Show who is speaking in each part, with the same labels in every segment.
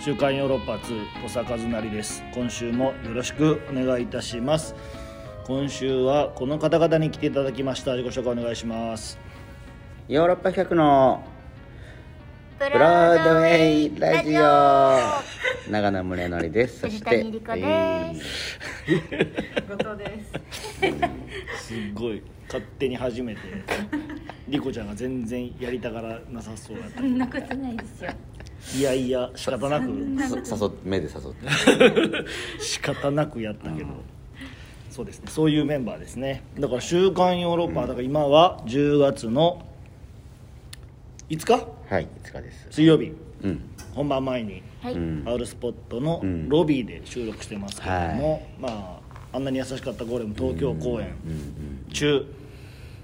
Speaker 1: 週刊ヨーロッパ2小坂和成です今週もよろしくお願いいたします今週はこの方々に来ていただきました自己紹介お願いします
Speaker 2: ヨーロッパ企画の
Speaker 3: ブ
Speaker 2: ブロードウェイラジオ長野宗則です。そ
Speaker 3: 藤
Speaker 2: して、
Speaker 3: 谷莉子です
Speaker 2: えい
Speaker 4: 後藤です。
Speaker 1: すっごい勝手に初 めてリコちゃんが全然やりたがらなさそうだった
Speaker 3: そんなことないですよ
Speaker 1: いやいや仕方なく
Speaker 2: そ誘っ目で誘って。
Speaker 1: 仕方なくやったけど、そうですねそういうメンバーですねだから「週刊ヨーロッパ」だから今は10月の5日
Speaker 2: はい、5日です。
Speaker 1: 水曜日
Speaker 2: うん。
Speaker 1: 本番前に
Speaker 3: はい、
Speaker 2: うん。
Speaker 1: アウルスポットの
Speaker 2: うん
Speaker 1: ロビーで収録してますけれども、まああんなに優しかったゴーレム東京公演
Speaker 2: うんうん。
Speaker 1: 中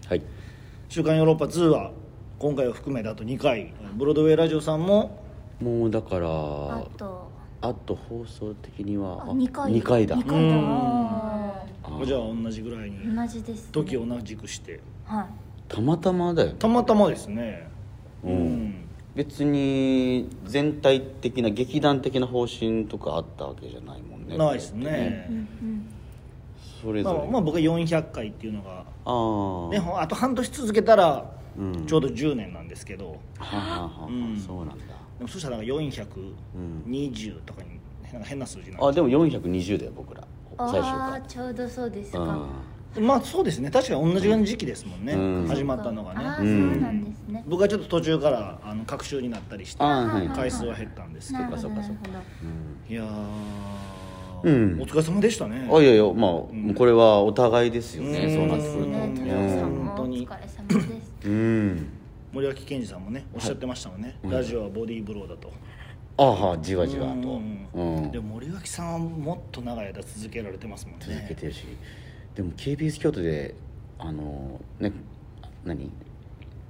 Speaker 2: はい。
Speaker 1: 「週刊ヨーロッパ2」は今回を含めてあと2回ブロードウェイラジオさんも
Speaker 2: もうだから、
Speaker 3: あ
Speaker 2: あ
Speaker 3: と
Speaker 2: と放送的には、あ
Speaker 3: 2回
Speaker 2: 二回だ
Speaker 3: 二。
Speaker 1: う
Speaker 3: 回だあ
Speaker 2: あ
Speaker 1: じゃあ同じぐらいに
Speaker 3: ー同じです、ね、
Speaker 1: 時を同じくして
Speaker 3: はい
Speaker 2: たまたまだよ。
Speaker 1: たまたまですね
Speaker 2: うん
Speaker 1: うん
Speaker 2: 別に、全体的な、劇団的な方針とかあったわけじゃないもんね。
Speaker 1: ないですね
Speaker 2: これって。
Speaker 3: うん
Speaker 2: それ
Speaker 1: ま
Speaker 2: ぞ
Speaker 1: あ
Speaker 2: れ。
Speaker 1: まあ、僕は400回っていうのが、
Speaker 2: あー
Speaker 1: ね、ほんあと半年続けたら
Speaker 2: うん
Speaker 1: ちょうど10年なんですけど、
Speaker 2: はあはあはあ
Speaker 1: うん
Speaker 2: そうなんだ。
Speaker 1: でもそしたらなんか420とかになんか変な数字にな
Speaker 2: あ
Speaker 1: っち
Speaker 2: でも420だよ僕ら
Speaker 3: あ
Speaker 2: 最終
Speaker 3: あちょうどそうです
Speaker 2: 回うん
Speaker 3: か、
Speaker 1: ゃうまあそうですね確かに同じような時期ですもんね、
Speaker 2: うん
Speaker 1: 始まったのが
Speaker 3: ああ
Speaker 1: ね、
Speaker 3: そうなんですね、
Speaker 1: 僕はちょっと途中からあの隔週になったりして
Speaker 2: あーはい
Speaker 1: 回数は減ったんですけど
Speaker 3: なるほど
Speaker 2: そうか
Speaker 3: な
Speaker 2: そ
Speaker 3: る
Speaker 2: うか
Speaker 3: ほど
Speaker 1: い
Speaker 2: うん
Speaker 1: やー、
Speaker 2: うん
Speaker 1: お疲れ様でしたね
Speaker 2: あいやいやまあ、
Speaker 1: ん
Speaker 2: これはお互いですよ
Speaker 1: う
Speaker 2: ね
Speaker 1: ん
Speaker 2: そうなってくると
Speaker 3: ね
Speaker 1: うん
Speaker 3: トランさんも
Speaker 1: 本当
Speaker 3: お
Speaker 1: に
Speaker 3: 疲れ様で
Speaker 2: う
Speaker 3: す
Speaker 2: ん
Speaker 1: 森脇健児さんもねおっしゃってましたもんね、
Speaker 2: はい
Speaker 1: ラジオはボディーブローだと
Speaker 2: あはじわじわと
Speaker 1: うん
Speaker 2: うん
Speaker 1: でも森脇さんはもっと長い間続けられてますもんね
Speaker 2: 続けてるしでも KBS 京都であのね何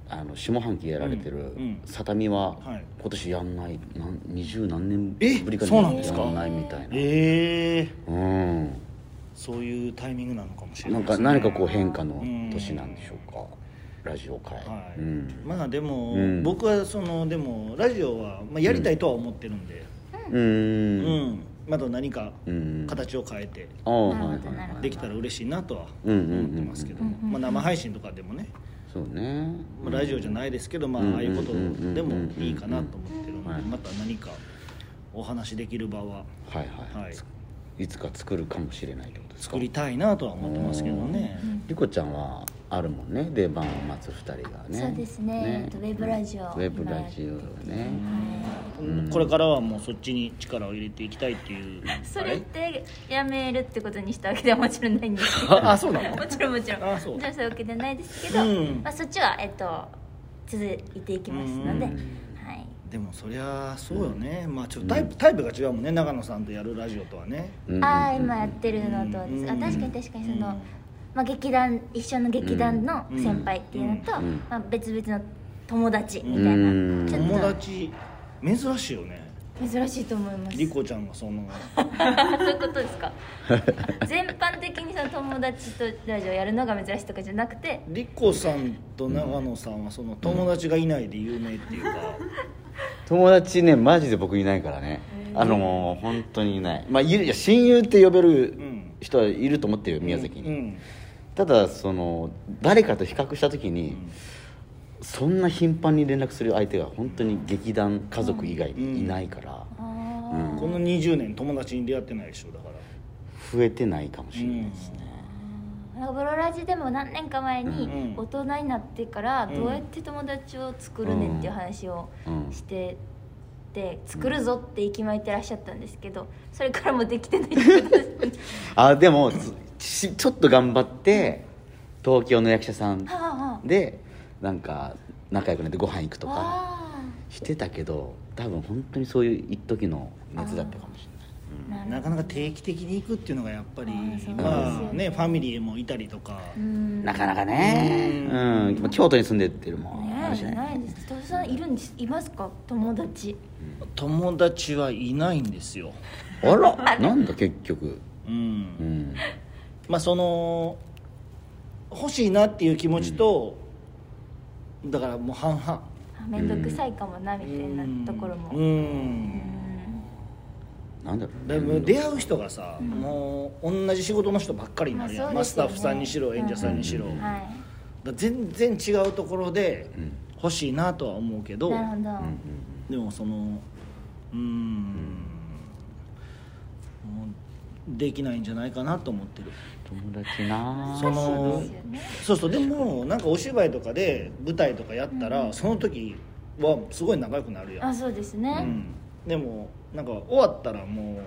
Speaker 2: あの下半期やられて
Speaker 1: う
Speaker 2: る
Speaker 1: ん
Speaker 2: 「さたみ」は
Speaker 1: はい
Speaker 2: 今年やんないなん二十何年
Speaker 1: え
Speaker 2: ぶりか
Speaker 1: そうなんですか
Speaker 2: やんないみたいな
Speaker 1: ええ
Speaker 2: うん
Speaker 1: そういうタイミングなのかもしれな
Speaker 2: ないん
Speaker 1: で
Speaker 2: か
Speaker 1: すね
Speaker 2: 何かこう変化の年なんでしょうかラジオ界、
Speaker 1: はい
Speaker 2: うん
Speaker 1: まあでも、
Speaker 2: うん
Speaker 1: 僕はそのでもラジオは、まあ、やりたいとは思ってるんで、
Speaker 2: う
Speaker 1: うん
Speaker 2: ん
Speaker 1: まだ何か
Speaker 2: うん
Speaker 1: 形を変えて
Speaker 2: ああはいはい
Speaker 3: なるほどなるほ
Speaker 2: は
Speaker 3: ど
Speaker 1: で
Speaker 2: い
Speaker 1: きたら嬉しいなとは
Speaker 2: うんうんうん
Speaker 1: 思ってますけど、
Speaker 3: うん
Speaker 1: まあ、生配信とかでもね、
Speaker 2: そうね
Speaker 1: まあ、ラジオじゃないですけど、ま
Speaker 2: うん
Speaker 1: あ、ああいうことでも
Speaker 2: うん
Speaker 1: いいかなと思ってるので、
Speaker 2: はい
Speaker 1: また何かお話できる場は
Speaker 2: はいはい、
Speaker 1: はい
Speaker 2: い、つか作るかもしれないってことですか
Speaker 1: 作りたいなとは思ってますけどね、
Speaker 2: りこちゃんはあるもんね出番を待つ二人がね
Speaker 3: そうですねえっとウェブラジオ
Speaker 2: ウェブラジオねうん
Speaker 1: これからはもうそっちに力を入れていきたいっていう
Speaker 3: それってやめるってことにしたわけではもちろんないんですけど
Speaker 1: ああそうなの
Speaker 3: もちろんもちろん
Speaker 1: あそう
Speaker 3: じゃあそういうわけじゃないですけど、
Speaker 1: うん
Speaker 3: まあ、そっちは、えっと、続いていきますので、
Speaker 1: うん
Speaker 3: はい、
Speaker 1: でもそりゃそうよね、まあちょっとタイプ,、タイプが違うもんね長野さんとやるラジオとはね
Speaker 2: うん
Speaker 3: ああ今やってるのとです、
Speaker 1: うん
Speaker 3: あ確かに確かにその、
Speaker 1: うん
Speaker 3: まあ、劇団一緒の劇団の先輩っていうのと、
Speaker 2: うんうん
Speaker 3: まあ、別々の友達みたいな、
Speaker 2: うん
Speaker 3: ちょっ
Speaker 1: 友達珍しいよね
Speaker 3: と珍しいと思います
Speaker 1: リコちゃんがその
Speaker 3: あ そういうことですか全般的にその友達とラジオやるのが珍しいとかじゃなくて
Speaker 1: リコさんと長野さんはその友達がいないで有名っていうか、
Speaker 2: 友達ねマジで僕いないからねあのもう本当にいないまあいるいや親友って呼べる
Speaker 1: ん
Speaker 2: 人はいると思ってるよ宮崎に、
Speaker 1: うん
Speaker 2: ただその誰かと比較した時に、そんな頻繁に連絡する相手が本当に劇団家族以外にいないから、
Speaker 3: あ
Speaker 2: う
Speaker 3: ー
Speaker 2: ん
Speaker 1: この20年友達に出会ってないでしょだから
Speaker 2: 増えてないかもしれないですね、
Speaker 3: なんかブロラジでも何年か前に
Speaker 1: うん
Speaker 3: 大人になってから
Speaker 1: ん
Speaker 3: どうやって友達を作るねんっていう話を
Speaker 2: うん
Speaker 3: してて作るぞって息巻いてらっしゃったんですけどそれからもできてないってことです ね
Speaker 2: あでもちちょっと頑張って東京の役者さん
Speaker 3: はあは
Speaker 2: でなんか仲良くなってご飯行くとか
Speaker 3: あ
Speaker 2: してたけど多分本当にそういう一時の熱だったかもし
Speaker 3: あなる
Speaker 1: なかなか定期的に行くっていうのがやっぱり
Speaker 3: あそう
Speaker 2: です
Speaker 1: ま
Speaker 3: よ
Speaker 1: あねファミリーもいたりとか、
Speaker 3: うん
Speaker 2: れない、なかなかねうん、まあ京都に住んでってるもんあるし
Speaker 3: ねないです父さんいるんですいますか友達
Speaker 1: 友達はいないんですよ
Speaker 2: あらなんだ結局
Speaker 1: うん
Speaker 2: うん
Speaker 1: まあその欲しいなっていう気持ちと、だからもう半々
Speaker 3: あ面倒くさいかみたいなところも
Speaker 1: うん
Speaker 2: なんだろう
Speaker 1: でも出会う人がさ、もう同じ仕事の人ばっかりになるやん、
Speaker 3: ま
Speaker 1: ま
Speaker 3: あ
Speaker 1: あ
Speaker 3: そ
Speaker 1: ス
Speaker 3: うですよね
Speaker 1: タッフさんにしろ演者さんにしろ、だか
Speaker 3: は
Speaker 1: ら全然違うところで
Speaker 2: うん
Speaker 1: 欲しいなとは思うけ
Speaker 3: い
Speaker 1: ど、
Speaker 3: なるほど、
Speaker 2: うん
Speaker 1: でもそのうーんもうできないんじゃないかなと思ってる
Speaker 2: うん友達なあ
Speaker 1: そ
Speaker 3: そう
Speaker 1: の
Speaker 3: ですよね
Speaker 1: そうそうでもなんかお芝居とかで舞台とかやったら、その時はすごい仲良くなるや
Speaker 3: あ
Speaker 1: ん、
Speaker 3: そうです
Speaker 1: う
Speaker 3: ね、
Speaker 1: ん、でもなんか終わったらも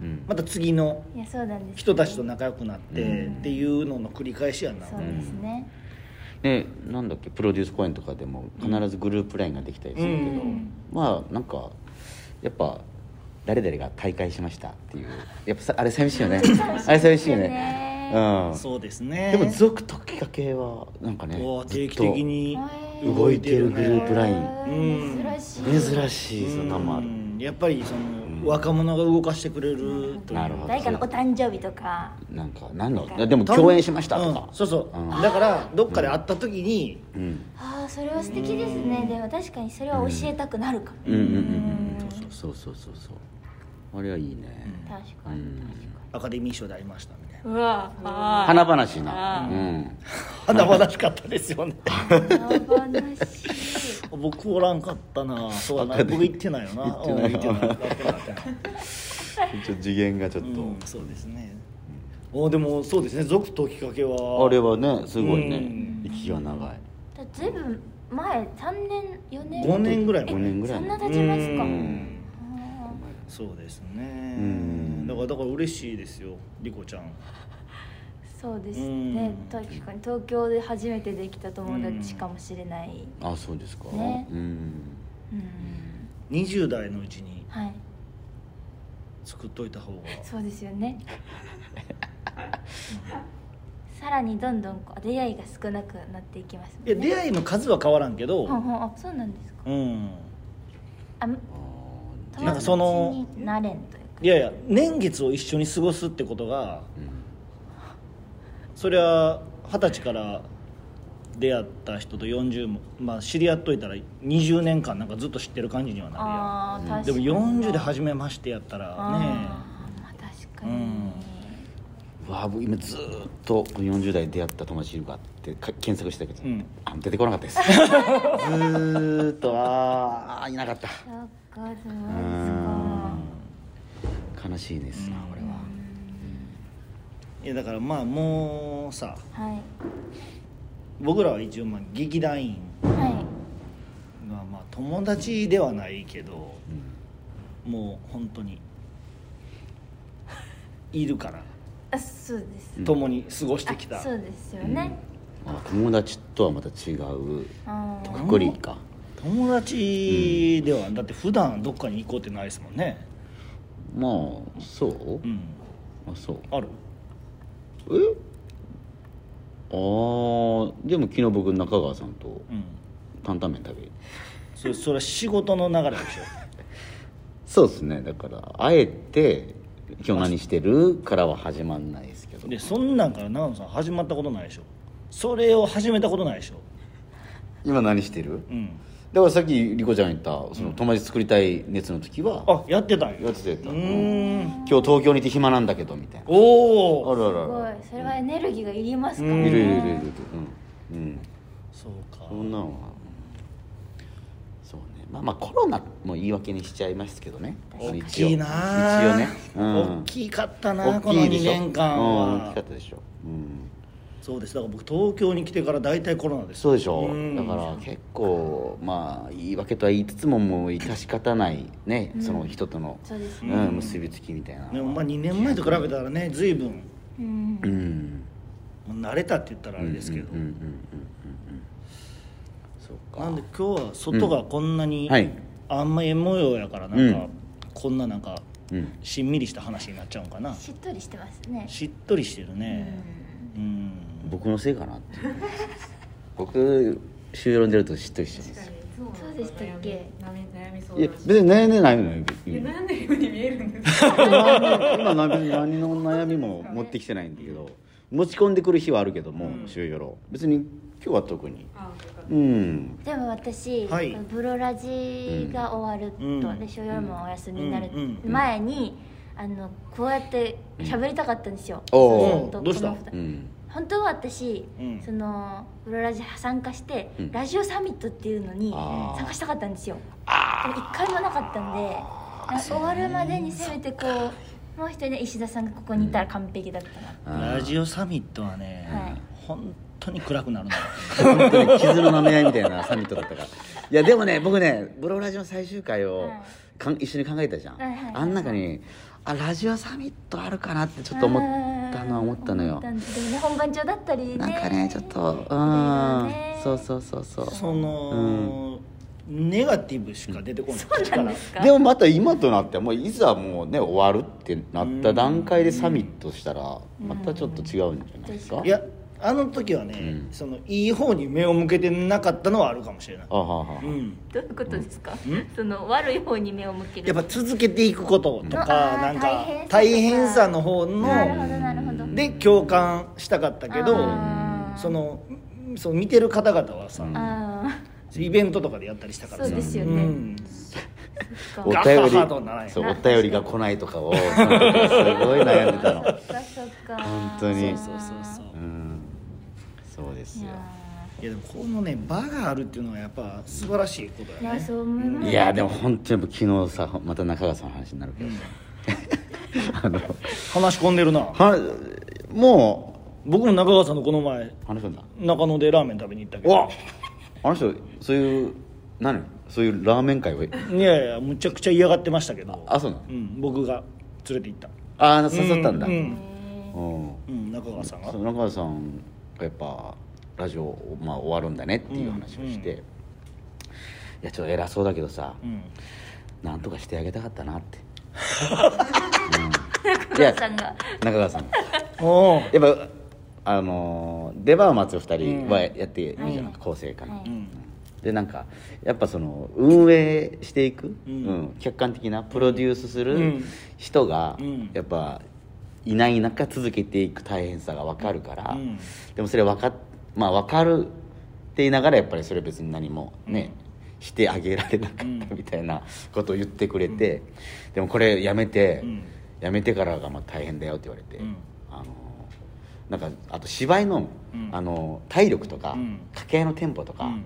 Speaker 2: うん
Speaker 1: うまた次の
Speaker 3: いやそうなんです、ね、
Speaker 1: 人たちと仲良くなって
Speaker 2: うん
Speaker 1: っていうのの繰り返しやな、
Speaker 3: そうですね、
Speaker 2: でなんだっけプロデュース公演とかでも必ずグループラインができたりするけど、
Speaker 3: うん
Speaker 2: まあなんかやっぱ誰々が大会しましたっていうやっぱさあれ 寂しいよねあれ寂しいよねう
Speaker 1: そうです
Speaker 2: ん
Speaker 1: ね
Speaker 2: でも続ときかけはなんかね
Speaker 1: うわ
Speaker 2: ずっ
Speaker 1: 定
Speaker 2: と
Speaker 1: 期的に
Speaker 2: 動いてるグループライン
Speaker 1: うん
Speaker 3: 珍しい
Speaker 2: 珍しいそんなのもある
Speaker 1: うんやっぱりそ
Speaker 2: ん
Speaker 1: の若者が動かしてくれるという
Speaker 2: なるほど
Speaker 3: 誰かのお誕生日とか
Speaker 2: なんか何のでも共演しましたとか
Speaker 1: うん、そうそう、
Speaker 2: うん
Speaker 1: だからどっかで会った時に、
Speaker 2: うん
Speaker 3: ああそれは素敵ですねでも確かにそれは教えたくなるかも、
Speaker 2: うんうんうん
Speaker 3: うん
Speaker 2: うんそうそうそうそうあれはいいね、
Speaker 3: 確かに
Speaker 2: うん
Speaker 3: 確
Speaker 1: アカデミー賞で会いましたみたいな
Speaker 3: かにうわあ
Speaker 2: 華々しいなうん
Speaker 1: 華々しかったです よね
Speaker 3: 話
Speaker 1: 僕おらんかったなそうだ
Speaker 2: アカ
Speaker 1: な
Speaker 2: デミ
Speaker 1: 僕
Speaker 2: ー
Speaker 1: 行ってないよな
Speaker 2: 行ってない
Speaker 1: うん行ってない行ってない行ってない
Speaker 2: ちょっと次元がちょっと、
Speaker 1: うんそうですねおでもそうですね続投きっかけは
Speaker 2: あれはねすごいうね
Speaker 1: ん
Speaker 2: 息が長い
Speaker 3: だずいぶん前3年4年
Speaker 1: 5年ぐらい
Speaker 3: え
Speaker 1: 前
Speaker 2: 5年ぐらい
Speaker 3: そん
Speaker 2: 前
Speaker 3: な経ちますか
Speaker 1: うん
Speaker 3: あ
Speaker 1: そうです
Speaker 2: う
Speaker 1: ね
Speaker 2: ん
Speaker 1: だからだから嬉しいですよリコちゃん
Speaker 3: ーそうですね
Speaker 1: うん
Speaker 3: 確かに東京で初めてできた友達かもしれない
Speaker 2: あそうですか、
Speaker 3: ね
Speaker 2: うん
Speaker 3: うん
Speaker 1: 20代のうちに
Speaker 3: はい
Speaker 1: 作っといた方が
Speaker 3: そうですよねさらにどんどんこう出会いが少なくなっていきますもん
Speaker 1: いや出会いの数は変わらんけど
Speaker 3: ほんほんあそうなんですか
Speaker 1: うん
Speaker 3: あ
Speaker 2: あー
Speaker 1: なんかその
Speaker 3: 友達になれんというか
Speaker 1: いやいや年月を一緒に過ごすってことが
Speaker 2: うん
Speaker 1: そりゃ二十歳から出会った人と40も、まあ、知り合っといたら20年間なんかずっと知ってる感じにはな
Speaker 3: ああ
Speaker 2: うん
Speaker 3: 確かに
Speaker 1: るやんでも40で
Speaker 3: め
Speaker 1: 初めましてやった
Speaker 3: た
Speaker 1: らね
Speaker 3: まあ確かに、
Speaker 1: うん
Speaker 2: うわ僕今ずーっとこの40代で出会った友達いるかってか検索してたけど、
Speaker 1: うん
Speaker 2: あ出てこなかったですずーっとあーあいなかった
Speaker 3: そっかそうですか
Speaker 2: 悲しいですな、これは
Speaker 1: いやだからまあもうさ
Speaker 3: はい
Speaker 1: 僕らは一応まあ劇団員
Speaker 3: はい
Speaker 1: がまあ友達ではないけどもう本当にいるから
Speaker 3: あそうです、
Speaker 1: 共に過ごしてきた、
Speaker 3: あそうですよね、
Speaker 2: うんあ友達とはまた違う
Speaker 3: あー
Speaker 2: くくりか
Speaker 1: 友達では、だって普段どっかに行こうってないですもんね
Speaker 2: まあそう、
Speaker 1: うん
Speaker 2: あそう
Speaker 1: ある
Speaker 2: えあーでも昨日僕中川さんと
Speaker 1: うん
Speaker 2: 担々麺食べに
Speaker 1: それそれは仕事の流れでし
Speaker 2: そうですねだからあえて「今日何してる?」からは始まんないですけ
Speaker 1: ょ
Speaker 2: ど
Speaker 1: でそんなんから長野さん始まったことないでしょそれを始めたことないでしょ
Speaker 2: 今何してる
Speaker 1: うん
Speaker 2: だからさっき莉子ちゃん言ったその友達作りたい熱の時は、
Speaker 1: あやってたん
Speaker 2: や
Speaker 1: よ
Speaker 2: ってた
Speaker 1: う
Speaker 2: やつ
Speaker 1: ーん
Speaker 2: 今日東京にいて暇なんだけどみたいな
Speaker 1: お
Speaker 2: あ
Speaker 1: お
Speaker 2: るある
Speaker 3: すご
Speaker 2: あ
Speaker 3: いそれはエネルギーがいりますか
Speaker 1: う
Speaker 2: る
Speaker 1: ん
Speaker 2: いるいるいるいるうん、うん、
Speaker 1: そうか
Speaker 2: そんなんはそうねまあまあコロナも言い訳にしちゃいますけどね
Speaker 1: 大きいな
Speaker 2: 一応ね、
Speaker 1: 大きかったなこの
Speaker 2: で
Speaker 1: 2
Speaker 2: しょ
Speaker 1: 年間
Speaker 2: うん大
Speaker 1: は
Speaker 2: きかったでしょ、うん、
Speaker 1: そうですだから僕東京に来てから大体コロナです
Speaker 2: そうでしょ
Speaker 1: うん
Speaker 2: だから結構まあ言い訳とは言いつつももう致し方ないね、その人との、
Speaker 3: そうです
Speaker 2: う
Speaker 3: ね
Speaker 2: ん結びつきみたいな
Speaker 1: でもまあ2年前と比べたらね随分
Speaker 3: うん
Speaker 2: うん
Speaker 1: もう慣れたって言ったらあれですけど、
Speaker 2: うんうんうんうんうんうんそうか
Speaker 1: なんで今日は外がこんなに、
Speaker 2: うんはい
Speaker 1: あんまり模様やからなんか、
Speaker 2: うん
Speaker 1: こんななんか
Speaker 2: うん
Speaker 1: しんみりした話になっちゃうんかな
Speaker 3: しっとりしてますね
Speaker 1: しっとりしてるねうん
Speaker 2: 僕のせいかなって 僕収容に出るとしっとりしてま
Speaker 4: 確
Speaker 2: す
Speaker 4: かにいつも
Speaker 3: そうでしたっけ
Speaker 4: 悩み悩みそう
Speaker 2: いや
Speaker 4: だし
Speaker 2: 別に悩んでないのよ
Speaker 4: え
Speaker 2: 今
Speaker 4: 悩んでるように見えるんですか
Speaker 2: 今何何の悩みも持ってきてないんだけど持ち込んでくる日はあるけども収容ろ別に今日は特に
Speaker 4: あよかっ
Speaker 2: う
Speaker 4: た
Speaker 2: ん
Speaker 3: でも私、
Speaker 1: はい
Speaker 3: ブロラジが終わると、
Speaker 1: うん
Speaker 3: で所要もお休みになる
Speaker 1: うんうんうん
Speaker 3: 前に、あのこうやって喋りたかったんですよ、
Speaker 2: お
Speaker 1: ー
Speaker 3: ずっと
Speaker 1: どうした
Speaker 3: この二
Speaker 2: う
Speaker 3: 人
Speaker 2: ん
Speaker 3: 本当は私、
Speaker 1: うん
Speaker 3: そのプロラジ参加して、
Speaker 2: うん
Speaker 3: ラジオサミットっていうのに
Speaker 2: あー
Speaker 3: 参加したかったんですよでも一回もなかったんでなんか終わるまでにせめてこうもう一人ね石田さんがここにいたら完璧だったな、
Speaker 1: ラジオサミットはね、
Speaker 3: はい
Speaker 1: 本当に暗くなるの
Speaker 2: 本当に傷の舐め合いみたいなサミットだったからいやでもね僕ねブロラジの最終回をかん一緒に考えたじゃん、
Speaker 3: はいはいはい
Speaker 2: あん中にあラジオサミットあるかなってちょっと思ったのは思ったの
Speaker 3: 思
Speaker 2: よ
Speaker 3: んですでもね本番中だったりね
Speaker 2: なんかねちょっとう
Speaker 3: いろいろ
Speaker 2: ん
Speaker 3: ね
Speaker 2: そうそうそうそう
Speaker 1: その、ネガティブしか出てこない、
Speaker 3: そうなんですか
Speaker 2: でもまた今となってはもういざもうね終わるってなった段階でサミットしたらまたちょっと違うんじゃないですか
Speaker 1: いやあの時はね、
Speaker 2: うん
Speaker 1: そのいい方に目を向けてなかったのはあるかもしれない
Speaker 2: あははは
Speaker 1: うん
Speaker 3: どういうことですか、その悪い方に目を向ける
Speaker 1: やっぱ続けていくこととか
Speaker 3: うん
Speaker 1: なんか大
Speaker 3: 大
Speaker 1: 変
Speaker 3: 変
Speaker 1: さ
Speaker 3: さ
Speaker 1: の方
Speaker 3: なるほど
Speaker 1: の
Speaker 3: なるほど
Speaker 1: で共感したかったけど
Speaker 3: あー
Speaker 1: そのその見てる方々はさ
Speaker 3: あ
Speaker 1: イベントとかでやったりしたからさ
Speaker 3: そうですよね
Speaker 1: ん
Speaker 3: あ
Speaker 2: お
Speaker 1: ガッ
Speaker 2: 便
Speaker 1: ハハとはならない
Speaker 2: りそうお便りが来ないとか をすごい悩んでた
Speaker 3: そ
Speaker 2: の
Speaker 3: っかそっか
Speaker 2: 本当に
Speaker 1: そうそうそう
Speaker 2: うんそうです
Speaker 3: い
Speaker 2: よ
Speaker 3: や
Speaker 1: いやでもこのね場があるっていうのはやっぱ素晴らしいこと
Speaker 3: ーい
Speaker 1: だよ
Speaker 3: や
Speaker 1: ね
Speaker 3: そう思います
Speaker 2: いやでも本当に昨日さまた中川さんの話になるけどさあの
Speaker 1: 話し込んでるな
Speaker 2: はも
Speaker 1: 僕も中川さんのこの前
Speaker 2: う話すんだ
Speaker 1: 中野でラーメン食べに行ったけ
Speaker 2: うわ
Speaker 1: ど
Speaker 2: あの人そういう何そういうラーメン会を
Speaker 1: いやいやむちゃくちゃ嫌がってましたけど
Speaker 2: あそうなの
Speaker 1: うん僕が連れて行った
Speaker 2: ああ刺さったんだ
Speaker 1: う
Speaker 2: うん
Speaker 1: ん
Speaker 2: そ
Speaker 1: うん中川さんが
Speaker 2: う中川さんがやっぱラジオ、まあ、終わるんだねっていう話をして、
Speaker 1: うん
Speaker 2: いやちょっと偉そうだけどさ、
Speaker 1: うん
Speaker 2: なんとかしてあげたかったなって
Speaker 3: 中川さんが
Speaker 2: 中川さんが
Speaker 1: おお
Speaker 2: やっぱあのー出番を待つ2人はやってるじゃん、
Speaker 3: うん
Speaker 2: 構成から、
Speaker 3: は
Speaker 1: う
Speaker 3: い
Speaker 1: ん
Speaker 2: でなんかやっぱその運営していく、
Speaker 1: う
Speaker 2: うんん客観的なプロデュースす
Speaker 1: う
Speaker 2: る
Speaker 1: ん
Speaker 2: 人が、
Speaker 1: うん
Speaker 2: やっぱいない中続けていく大変さが分かるから、
Speaker 1: うん
Speaker 2: でもそれ分か,、まあ、分かるって言いながらやっぱりそれ別に何もね、してあげられなかった
Speaker 1: うん
Speaker 2: みたいなことを言ってくれて、でもこれやめて、
Speaker 1: うん
Speaker 2: やめてからがまあ大変だよって言われて、
Speaker 1: うん
Speaker 2: あのなんかあと芝居の,、
Speaker 1: うん
Speaker 2: あの体力とか、
Speaker 1: うん
Speaker 2: 掛け合いのテンポとか、
Speaker 1: うん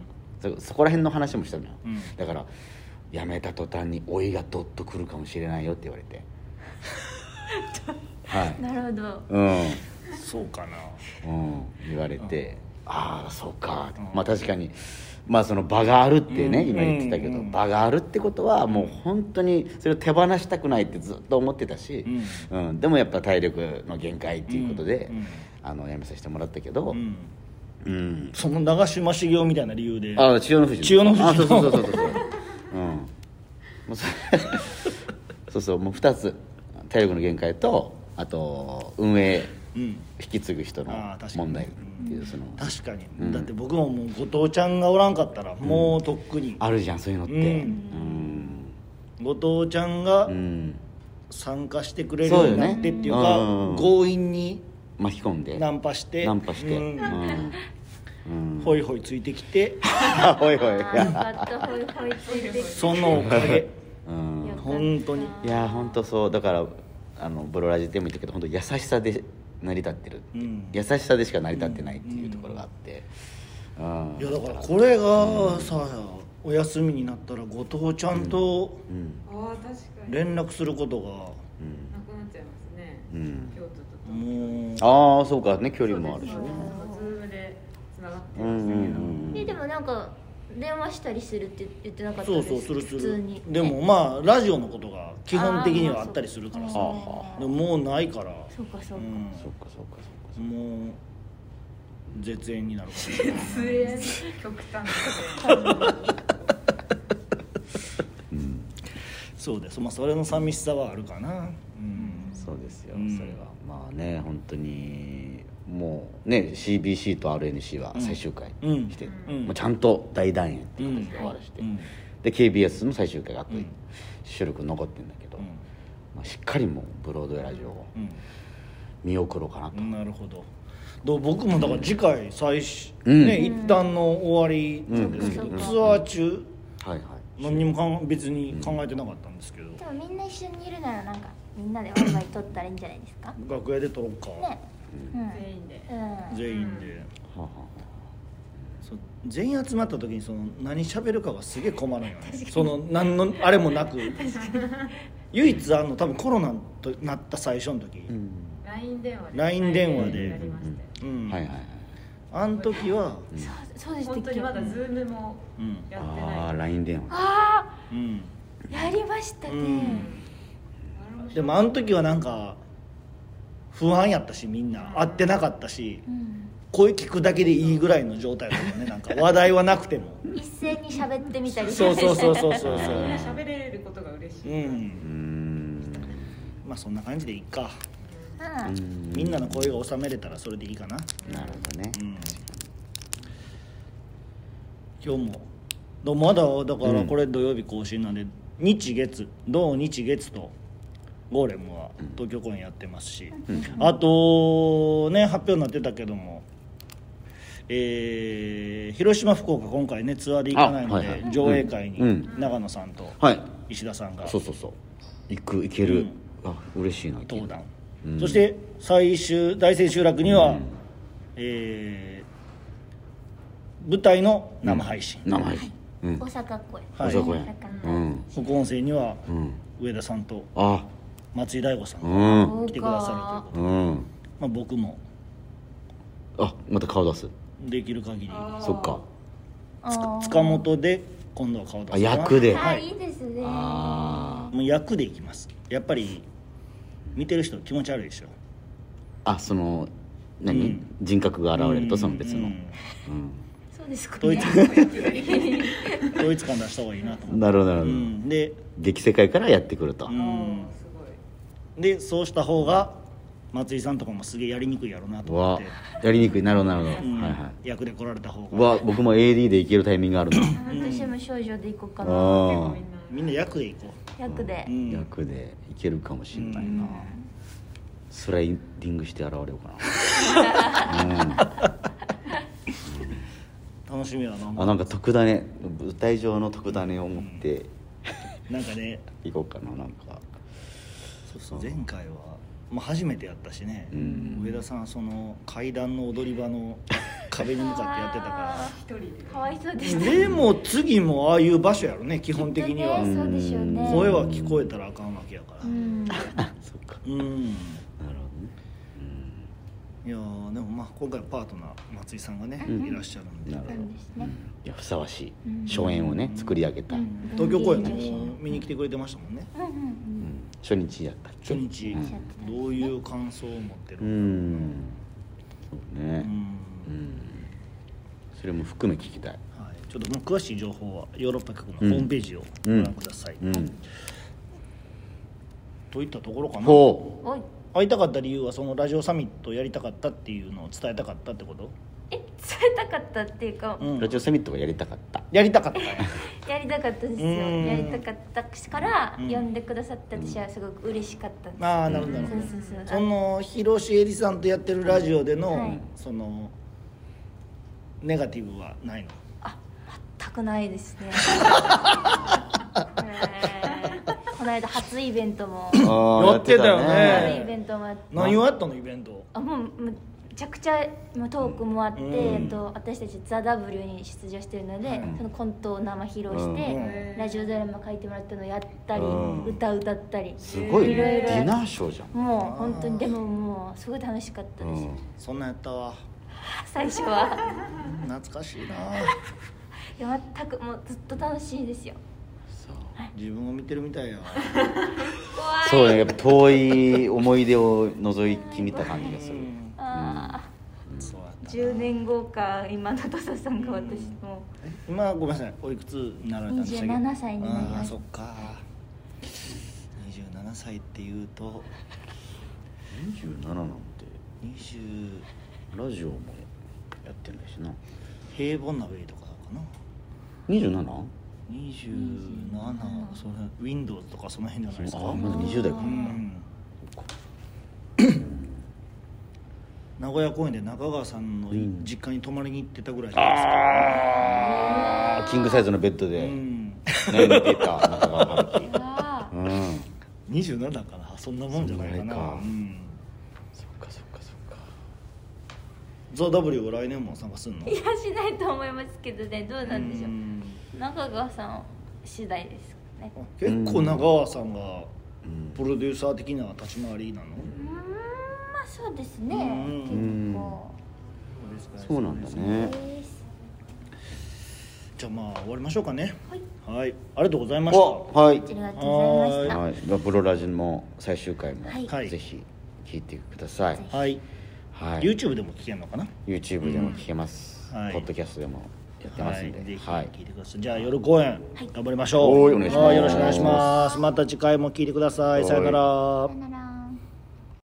Speaker 2: そそこら辺の話もしたのよ、
Speaker 1: うん
Speaker 2: だからやめた途端に老いがどっとくるかもしれないよって言われ てはい
Speaker 3: なるほど
Speaker 2: う
Speaker 1: そうかな、
Speaker 2: ん、うん、言われて、ああそうか、
Speaker 1: うん
Speaker 2: まあ確かにまあその場があるってね、
Speaker 1: うん
Speaker 2: 今言ってたけど、
Speaker 1: うん
Speaker 2: 場があるってことはもう本当にそれを手放したくないってずっと思ってたし、うんでもやっぱ体力の限界っていうことで、
Speaker 1: うんうん
Speaker 2: あのやめさせてもらったけど、
Speaker 1: うん、
Speaker 2: うん、
Speaker 1: その長嶋茂雄みたいな理由で
Speaker 2: あ千代の富士
Speaker 1: 千代の富士
Speaker 2: あそうそうそうそうそううんもうそそうそうもう2つ体力の限界とあと運営
Speaker 1: うん
Speaker 2: 引き継ぐ人
Speaker 1: あ
Speaker 2: の
Speaker 1: ー確かに
Speaker 2: 問題っていうその
Speaker 1: 確かに、
Speaker 2: うん
Speaker 1: だって僕ももう後藤ちゃんがおらんかったらもうとっくに、
Speaker 2: あるじゃんそういうのって
Speaker 1: うん
Speaker 2: ん
Speaker 1: 後藤ちゃんが
Speaker 2: うん、
Speaker 1: 参加してくれるようになってっていう
Speaker 2: そう
Speaker 1: か
Speaker 2: よねうん
Speaker 1: 強引に
Speaker 2: 巻き込んで
Speaker 1: ナンパして
Speaker 2: ナンパして
Speaker 1: うん
Speaker 2: うん うん
Speaker 1: ホイホイついてきて
Speaker 2: あほいほいいや
Speaker 3: バッとホイホイついてき
Speaker 1: そのおか げ
Speaker 2: うん
Speaker 1: 本当に
Speaker 2: いや本当そうだからあのブロラジでも言ったけど本当優しさで成り立ってるっていう、
Speaker 1: うん
Speaker 2: 優しさでしか成り立ってないっていうところがあって、うん
Speaker 1: いやだからこれがさお休みになったら後藤ちゃんと
Speaker 2: うん
Speaker 4: ああ確かにな
Speaker 1: 連絡することが
Speaker 2: うん
Speaker 4: くなっちゃいますね、
Speaker 2: うん
Speaker 4: 京都とと
Speaker 1: もう
Speaker 2: ああそうかね距離もあるし
Speaker 4: そ
Speaker 2: ね
Speaker 4: うですねあのズームでつながって
Speaker 2: う
Speaker 4: ま
Speaker 2: ん
Speaker 4: し
Speaker 2: う
Speaker 4: たけど、
Speaker 2: ん
Speaker 3: ででもなんか電話したりするって言ってなかった
Speaker 1: そ
Speaker 3: で
Speaker 1: う
Speaker 3: す
Speaker 1: そうするす
Speaker 3: 普通
Speaker 1: る
Speaker 3: に
Speaker 1: でもまあラジオのことが基本的にはあったりするからさ
Speaker 3: あー
Speaker 2: まあそう
Speaker 1: でももうないから
Speaker 3: そうかそう
Speaker 1: う
Speaker 3: か、
Speaker 1: ん
Speaker 2: そうかそうかそうか
Speaker 1: もう絶縁になるから
Speaker 4: 通園極端
Speaker 1: そうですまあそれの寂しさはあるかなうん
Speaker 2: そうですよ、
Speaker 1: うん
Speaker 2: それはまあね本当にもうね CBC と RNC は最終回
Speaker 1: うん
Speaker 2: して、
Speaker 1: うん
Speaker 2: もうちゃんと大団円っていう形で終わらせて、
Speaker 1: うん
Speaker 2: で KBS の最終回があと
Speaker 1: うん
Speaker 2: 収録残ってるんだけど、
Speaker 1: うん
Speaker 2: まあ、しっかりもうブロードウェイラジオを見送ろうかなと、
Speaker 1: うんなるほどどう僕もだから次回最初、
Speaker 2: うん
Speaker 1: ね一旦の終わりなんですけど、
Speaker 3: うん
Speaker 1: ツアー中
Speaker 2: はいはい
Speaker 1: 何にもかん別に考えてなかったんですけど、
Speaker 3: でもみんな一緒にいるならなんかみんなでワイワイ撮ったらいいんじゃないですか
Speaker 1: 楽屋で撮ろうか、
Speaker 3: ね
Speaker 4: 全員で
Speaker 3: うん、うん、
Speaker 1: 全員で、
Speaker 2: はは
Speaker 1: そう全員集まった時にその何喋るかがすげえ困るんよねその何のあれもなく唯一あんの多分コロナとなった最初の時、
Speaker 2: うん
Speaker 4: LINE 電話で
Speaker 1: LINE 電話で
Speaker 4: やりましたよ
Speaker 1: うん
Speaker 2: はいはいはい
Speaker 1: あん時は
Speaker 3: そうそうでした
Speaker 4: 本
Speaker 3: っ
Speaker 4: 当
Speaker 3: け
Speaker 4: にまだ Zoom も
Speaker 1: うん
Speaker 4: やって
Speaker 2: ああ
Speaker 4: ない
Speaker 2: LINE 電話
Speaker 3: あ
Speaker 1: うん
Speaker 3: あやりましたね、
Speaker 1: うん
Speaker 4: あれ
Speaker 1: でもあの時はなんか不安やったしみんな会ってなかったし
Speaker 3: うん
Speaker 1: 声聞くだけでいいぐらいの状態だったもんねなんか話題はなくても
Speaker 3: 一斉に喋ってみたり
Speaker 1: そうそうそうそうそうそ
Speaker 4: みんな
Speaker 1: う
Speaker 4: 喋れることが嬉し
Speaker 1: う
Speaker 4: い
Speaker 2: うんーん
Speaker 1: まあそんな感じでいいか
Speaker 3: うん
Speaker 2: うーん
Speaker 1: みんなの声が収めれたらそれでいいかな
Speaker 2: なるほどね
Speaker 1: うん今日もどうまだだから
Speaker 2: うん
Speaker 1: これ土曜日更新なんで、日月土日月とゴーレムは東京公演やってますし、あとね発表になってたけどもえー広島福岡今回ねツアーで行かないので、
Speaker 2: あはいはい
Speaker 1: 上映会
Speaker 2: う
Speaker 1: に
Speaker 2: ん
Speaker 1: 長野さんと
Speaker 2: はい
Speaker 1: 石田さんが
Speaker 2: そうそうそう行く行ける、
Speaker 1: うん
Speaker 2: あ嬉しいな
Speaker 1: 登壇、
Speaker 2: うん
Speaker 1: そして最終大千秋楽には、
Speaker 2: うん
Speaker 1: えー舞台の生配信、
Speaker 2: 生配信うん
Speaker 3: 大阪公演
Speaker 1: はい
Speaker 2: 大阪公演
Speaker 3: 阪
Speaker 2: うん
Speaker 1: 副音声には
Speaker 2: うん
Speaker 1: 上田さんと
Speaker 2: あ
Speaker 1: 松井大吾さん
Speaker 2: う
Speaker 1: が、
Speaker 2: ん
Speaker 1: 来てくださるということで
Speaker 2: うん
Speaker 1: まあ、僕も
Speaker 2: あまた顔出す
Speaker 1: できる限り
Speaker 4: あー
Speaker 2: そっか
Speaker 3: あー
Speaker 1: 塚本で今度は顔出すかな
Speaker 2: あ役で
Speaker 3: は、
Speaker 1: はい
Speaker 3: い
Speaker 1: い
Speaker 3: いですね
Speaker 2: あ
Speaker 1: もう役でいきますやっぱり見てる人気持ち悪いでしょ
Speaker 2: あその何、
Speaker 1: うん
Speaker 2: 人格が現れるとその別
Speaker 1: う
Speaker 2: の
Speaker 1: ん
Speaker 3: そうですか
Speaker 1: 統
Speaker 3: ね
Speaker 1: 一統一感出した方がいいなと思って、
Speaker 2: なるほどな
Speaker 1: う
Speaker 2: るほど、
Speaker 1: ん、で
Speaker 2: 激世界からやってくると、
Speaker 1: う
Speaker 4: あ
Speaker 1: ん
Speaker 4: ーすごい
Speaker 1: でそうした方が松井さんとかもすげえやりにくいやろうなと思っ
Speaker 2: わ
Speaker 1: て、
Speaker 2: やりにくいなるほどなるほど、
Speaker 1: うん
Speaker 2: はいは
Speaker 1: 役で来られた方
Speaker 2: い
Speaker 1: が
Speaker 2: わ僕も AD で行けるタイミングあるな
Speaker 3: 私も少女で行こうかな
Speaker 4: で
Speaker 2: あ
Speaker 4: もみんな
Speaker 1: みんな役で行こ
Speaker 3: 役で
Speaker 1: う、う、ん、
Speaker 2: あ役で行けるかもしれない
Speaker 1: う
Speaker 2: な、
Speaker 1: ん
Speaker 2: スライディングして現れようか
Speaker 1: 楽しみだな
Speaker 2: なあなんか特ダネ舞台上の特ダネを持って
Speaker 1: なんかね
Speaker 2: 行こうかななんか
Speaker 1: そうそう前回は、まあ、初めてやったしね、
Speaker 2: うん
Speaker 1: 上田さんはその階段の踊り場 の壁に向かってやってたか
Speaker 4: 一人で
Speaker 3: かわいそうでし
Speaker 1: ら
Speaker 3: た
Speaker 1: でも次もああいう場所やろね基本的には、
Speaker 3: きっとねそうでしょうね
Speaker 1: 声は聞こえたらあかんわけやから
Speaker 3: うん
Speaker 2: あそっか
Speaker 1: うん、
Speaker 2: なるほどね
Speaker 1: いやーでもまあ今回はパートナー松井さんがね、いらっしゃるんで
Speaker 2: なるほ
Speaker 3: な
Speaker 2: ど
Speaker 3: んですね
Speaker 2: いやふさわし
Speaker 3: う
Speaker 2: い
Speaker 3: ん
Speaker 2: 初演をね作り上げた、
Speaker 3: うん
Speaker 1: 東京公演も見に来てくれてましたもんね
Speaker 3: うんうんうん
Speaker 2: 初日やったっけ
Speaker 1: 初日、どういう感想を持ってる
Speaker 2: う
Speaker 1: うん
Speaker 2: んそうねうんそれも含め聞きたい
Speaker 1: はい、ちょっともう詳しい情報はヨーロッパ局のホームページをご覧ください、
Speaker 2: うん
Speaker 1: といったところかな
Speaker 2: ほ
Speaker 3: おい
Speaker 1: 会いたかった理由はそのラジオサミットやりたかったっていうのを伝えたかったってこと、
Speaker 3: え伝えたかったっていうか、
Speaker 1: うん
Speaker 2: うラジオサミットがやりたかった
Speaker 1: やりたかった
Speaker 3: やりたかったですよ
Speaker 1: うん
Speaker 3: やりたかったから、
Speaker 1: うん
Speaker 3: 呼んでくださって私はすごく嬉しかったです、
Speaker 1: ああなるほどなるほ
Speaker 3: そう
Speaker 1: ど
Speaker 3: そうそう
Speaker 1: その広重里さんとやってるラジオでの、
Speaker 3: はい
Speaker 1: そのネガティブはないの
Speaker 3: あ全くないです ねえーこの間初イベントも
Speaker 2: あー
Speaker 1: やってたよね
Speaker 3: 初イベントもあって
Speaker 1: 何をやったのイベント
Speaker 3: あもうむちゃくちゃもうトークもあって、
Speaker 1: うん
Speaker 3: えっと私たち「ザ・ w に出場してるので、
Speaker 1: うん
Speaker 3: そのコントを生披露して、
Speaker 1: う
Speaker 3: ラジオドラマ書いてもらったのやったり、
Speaker 2: うん
Speaker 3: 歌歌ったり
Speaker 2: すごいね
Speaker 3: いろい
Speaker 2: デ
Speaker 3: ろ
Speaker 2: ィナーショーじゃん
Speaker 3: もう本当にでももうすごい楽しかったです、
Speaker 2: うん
Speaker 1: そんなんやったわ
Speaker 3: 最初は
Speaker 1: 懐かしいない
Speaker 3: や全くもうずっと楽しいですよ
Speaker 2: そう
Speaker 1: 自分を見てるみたいや
Speaker 3: 怖い
Speaker 2: そうねやっぱ遠い思い出を覗き見た感じがす
Speaker 1: う
Speaker 2: る
Speaker 1: ん
Speaker 3: あ
Speaker 1: そうやった
Speaker 3: あ
Speaker 1: な
Speaker 3: 10年後か今の土佐さんが私も
Speaker 1: 今ごめんなさいおいくつになられたんでしたっけ
Speaker 3: 27歳になります
Speaker 1: あーそっか27歳っていうと
Speaker 2: 27なんて
Speaker 1: 20
Speaker 2: ラジオもやってないしな
Speaker 1: 平凡なウェイとかかな
Speaker 2: 27?
Speaker 1: 27それ Windows とかその辺じゃないです
Speaker 2: あ
Speaker 1: か
Speaker 2: あまだ20代か
Speaker 1: うん名古屋公園で中川さんの
Speaker 2: ん
Speaker 1: 実家に泊まりに行ってたぐらいじゃないですか
Speaker 2: あーキングサイズのベッド
Speaker 1: う
Speaker 2: で
Speaker 1: ん
Speaker 2: 悩んでた中川春樹
Speaker 3: うわあ
Speaker 2: うん
Speaker 1: 27だからそんなもんじゃないかな
Speaker 2: そんなもんか
Speaker 1: うん
Speaker 2: そっかそっかそっか
Speaker 1: ザ・ W は来年も参加するの
Speaker 3: いやしないと思いますけどねどうなんでしょう
Speaker 1: うん
Speaker 3: 中川さん次第ですね
Speaker 1: あ結構長川さんがプロデューサー的な立ち回りなの、
Speaker 3: うーんまあそうですね
Speaker 1: う
Speaker 2: ーん
Speaker 3: 結構
Speaker 2: そうなんだね
Speaker 3: です
Speaker 1: じゃあまあ終わりましょうかね
Speaker 3: はい
Speaker 1: はいありがとうございました
Speaker 2: おはい
Speaker 3: ありがとうございました
Speaker 2: はい、まあブロラジも最終回も、
Speaker 3: はい
Speaker 2: ぜひ聞いてください、
Speaker 1: はい、
Speaker 2: はい、
Speaker 1: YouTube でも聞けるのかな
Speaker 2: YouTube でも聞けます、
Speaker 1: うんはい
Speaker 2: ポッドキャストでもやってますん
Speaker 1: はい、ぜ
Speaker 2: で、
Speaker 1: ひ
Speaker 2: はい
Speaker 1: 聞いてください、じゃあ夜公演
Speaker 3: はい
Speaker 1: 頑張りましょう、
Speaker 2: おーいお願いします
Speaker 1: はよろしくお願いしますまた次回も聞いてくださいさよなら
Speaker 3: さよなら